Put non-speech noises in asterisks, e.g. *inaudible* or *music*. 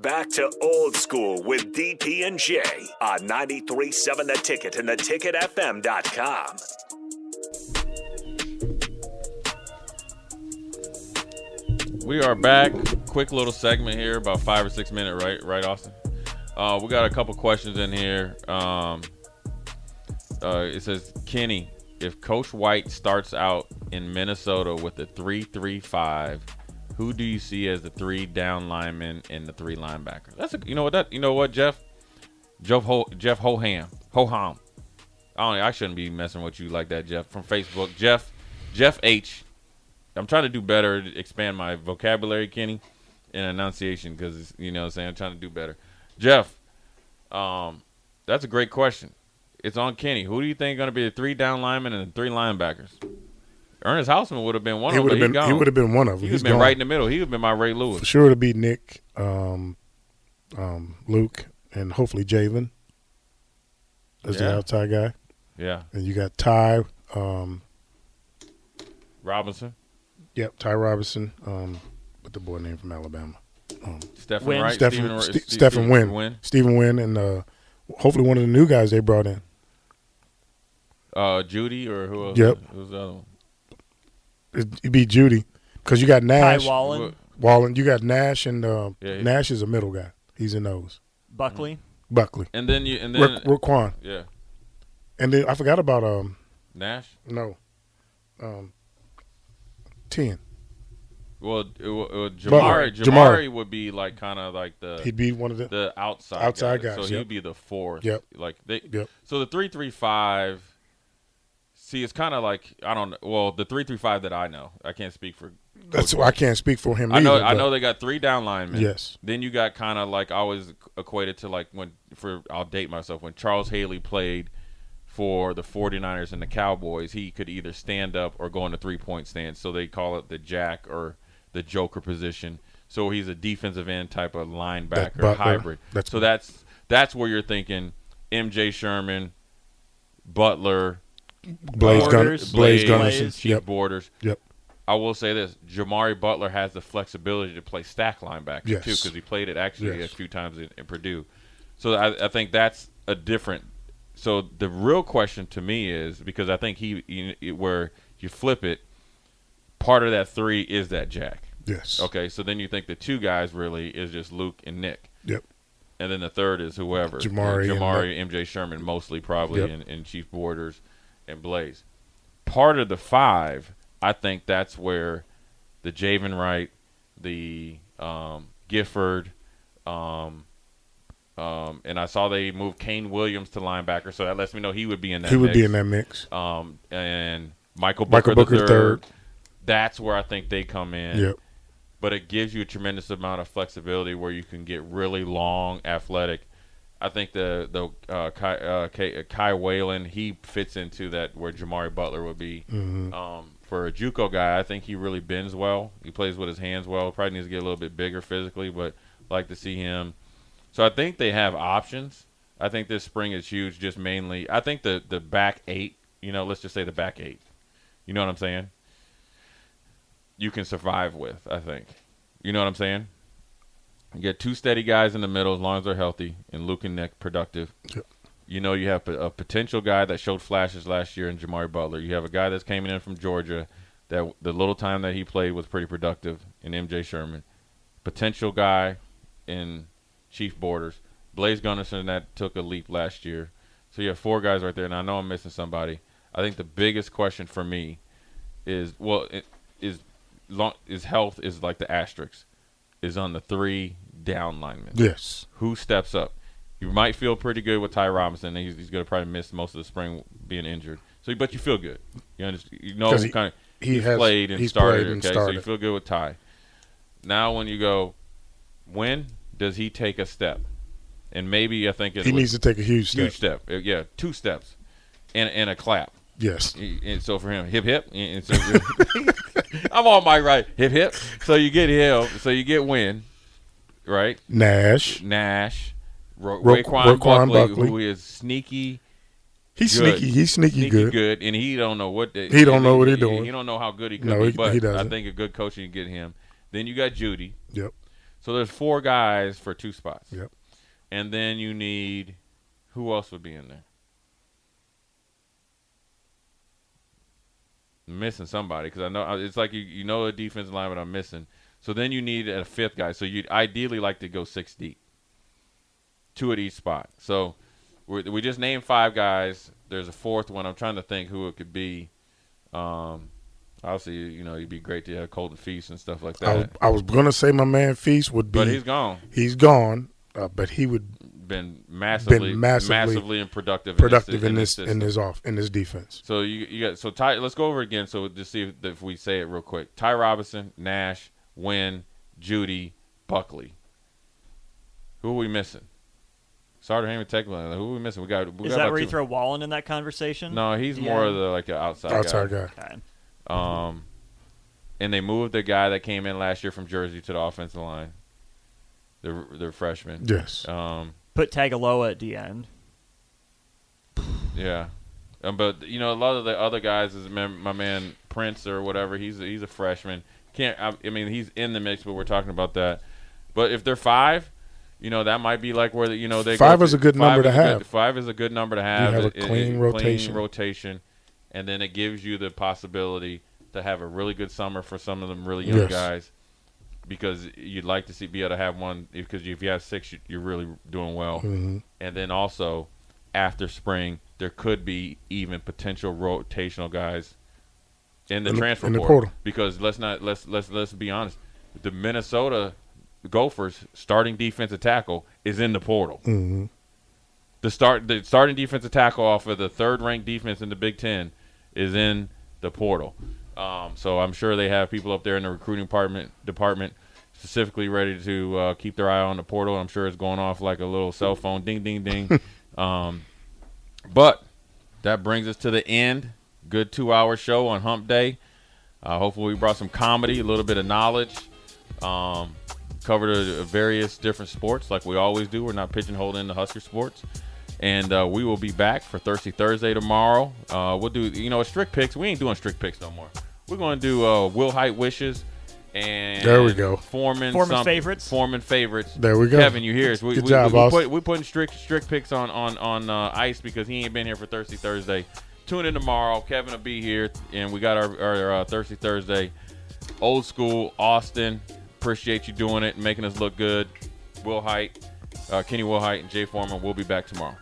back to old school with DP and J on 93.7 The Ticket and theticketfm.com. We are back. Quick little segment here, about five or six minute, right? Right, Austin. Uh, we got a couple questions in here. Um, uh, it says, Kenny, if Coach White starts out in Minnesota with a three-three-five, who do you see as the three down linemen and the three linebackers? That's a, you know what that you know what Jeff, Jeff Ho, Jeff Hoham Hoham. I don't, I shouldn't be messing with you like that, Jeff from Facebook. Jeff Jeff H. I'm trying to do better, to expand my vocabulary, Kenny, and enunciation because you know what I'm saying I'm trying to do better. Jeff, um, that's a great question. It's on Kenny. Who do you think going to be the three down linemen and the three linebackers? Ernest Houseman would have been one He of would them. but have been. He gone. would have been one of them. He would have been gone. right in the middle. He would have been my Ray For Lewis. sure, it'll be Nick, um, um, Luke, and hopefully Javen as Yeah. the outside guy. Yeah, And you got Ty. Um, Robinson, yep, Ty Robinson. Um, with the boy name from Alabama, Stephen Wynn. Wright, Stephen Ste- Ste- Stephen Wynn, Stephen Wynn, and uh, hopefully one of the new guys they brought in. uh, Judy, or who? Else? Yep. Who's the other one? It'd it'd be Judy because you got Ty Nash Wallen, Wallen. You got Nash and uh, Yeah, he- Nash is a middle guy. He's in those Buckley. Buckley, And then you, and then Ra- Raquan, yeah, and then I forgot about um Nash. no, um ten. Well, it, wa- it, wa- Butler. Jamari, Jamari, Jamari. would be like kind of like the He'd be one of the. the outside Outside guy. guys, So yep. he'd be the fourth. Yep. Like they. Yep. So the three three five. See, it's kind of like I don't. Well, the three three five that I know, I can't speak for. That's I can't speak for him. I know. either, I but- know they got three down linemen. Yes. Then you got kind of like I always equated to like when for I'll date myself when Charles Haley played for the 49ers and the Cowboys, he could either stand up or go into three point stance. So they call it the jack or the joker position. So he's a defensive end type of linebacker Butler. hybrid. That's- so that's that's where you're thinking MJ Sherman, Butler, Blaze Gunn. Borders, Blaze, Blaze, Gunnerson. Blaze. Chief Yep. Borders. Yep. I will say this: Jamari Butler has the flexibility to play stack linebacker Yes. too, because he played it actually Yes. a few times in, in Purdue. So I, I think that's a different. So the real question to me is because I think he, he where you flip it, part of that three is that Jack. Yes. Okay, so then you think the two guys really is just Luke and Nick, Yep. and then the third is whoever Jamari and Jamari, MJ Sherman, mostly probably, Yep. and, and Chief Borders and Blaze. Part of the five, I think that's where the Javen Wright, the um, Gifford, um, um, and I saw they moved Kane Williams to linebacker, so that lets me know he would be in that. He would be mix. in that mix. Um, and Michael Booker, Michael Booker the third. third. That's where I think they come in Yep. but it gives you a tremendous amount of flexibility where you can get really long, athletic. I think the the uh, Kai, uh, Kai, uh, Kai Whalen he fits into that where Jamari Butler would be. Mm-hmm. Um, for a JUCO guy, I think he really bends well. He plays with his hands well. Probably needs to get a little bit bigger physically, but like to see him. So I think they have options. I think this spring is huge. Just mainly, I think the the back eight. You know, let's just say the back eight. You know what I'm saying? you can survive with. I think. You know what I'm saying? You get two steady guys in the middle as long as they're healthy and Luke and Nick productive. Yep. You know you have a potential guy that showed flashes last year in Jamari Butler. You have a guy that's coming in from Georgia that the little time that he played was pretty productive in MJ Sherman. Potential guy in Chief Borders. Blaze Gunnerson that took a leap last year. So you have four guys right there, and I know I'm missing somebody. I think the biggest question for me is well it- is long is health is like the asterisk is on the three down linemen. Yes. Who steps up? You might feel pretty good with Ty Robinson. He's, he's going to probably miss most of the spring being injured. So, but you feel good. You understand? You know 'Cause he- kind of He he's has played and he's started. played and okay, so you started. feel good with Ty. Now, when you go, when does he take a step? And maybe I think it's he needs to take a huge step. huge step. Uh, Yeah, two steps, and and a clap. Yes. And and so for him, hip hip. And *laughs* and so *laughs* I'm on my right, hip hip. So you get him. So you get win, right? Nash. Nash, Ro- Ro- Raquan, Raquan Buckley, Buckley. who is sneaky, He's Good. sneaky. He's sneaky, sneaky good. good. and he don't know what the, He don't know what he doing. He don't know how good he could No, be, he- but he I doesn't. think a good coach you can get him. Then you got Judy. Yep. So there's four guys for two spots. Yep. And then you need who else would be in there? Missing somebody because I know uh, it's like you, you know a defensive line, but I'm missing. So then you need a fifth guy. So you'd ideally like to go six deep, two at each spot. So we we just named five guys. There's a fourth one. I'm trying to think who it could be. Um, obviously, you know, it'd be great to have Colton Feast and stuff like I was, that. I was gonna say my man Feast would be. But he's gone. he's gone, uh, but he would Been massively, massively massively and productive, productive in this this system. in this off in this defense. So you you got so Ty. Let's go over it again. So just see if, if we say it real quick. Ty Robinson, Nash, Wynn, Judy, Buckley. Who are we missing? Sartre Hammond Techland. Who are we missing? We got. We Is got that about where you two- throw Wallen in that conversation? No, he's Yeah. more of the like an outside, Outside guy. Okay. guy. Um, and they moved the guy that came in last year from Jersey to the offensive line. The the freshman. Yes. Um. Put Tagaloa at the end. Yeah, um, but you know a lot of the other guys is mem- my man Prince or whatever. He's he's a freshman. Can't I, I mean he's in the mix, but we're talking about that. But if they're five, you know that might be like where the, you know they Five go is to- a good number is to a good- have. five is a good number to have. have a It- it- clean rotation. rotation, and then it gives you the possibility to have a really good summer for some of them really young Yes. guys. Because you'd like to see be able to have one because if you have six, you- you're really doing well hmm and then also after spring there could be even potential rotational guys in the In the- transfer in the portal. portal. because let's not let's let's let's be honest the Minnesota Gophers starting defensive tackle is in the portal hmm the start the starting defensive tackle off of the third ranked defense in the Big Ten is in the portal. Um, so I'm sure they have people up there in the recruiting department department specifically ready to uh, keep their eye on the portal. I'm sure it's going off like a little cell phone, ding ding ding. um, but that brings us to the end. Good two hour show on Hump Day. Uh, hopefully, we brought some comedy, a little bit of knowledge. Um, covered uh various different sports like we always do. We're not pigeonholed into Husker sports. And uh, we will be back for Thirsty Thursday tomorrow. Uh, we'll do, you know, strict picks. We ain't doing strict picks no more. We're going to do uh, Will Height Wishes and There we go. Foreman, Foreman something- favorites. Foreman favorites. There we go. Kevin, you hear us. We, Good we, job, we, boss. put, we're putting strict strict picks on on on uh, ice because he ain't been here for Thirsty Thursday. Tune in tomorrow. Kevin will be here, and we got our, our uh, Thirsty Thursday, old school Austin. Appreciate you doing it, and making us look good. Will Height, uh, Kenny Will Height, and Jay Foreman. We'll be back tomorrow.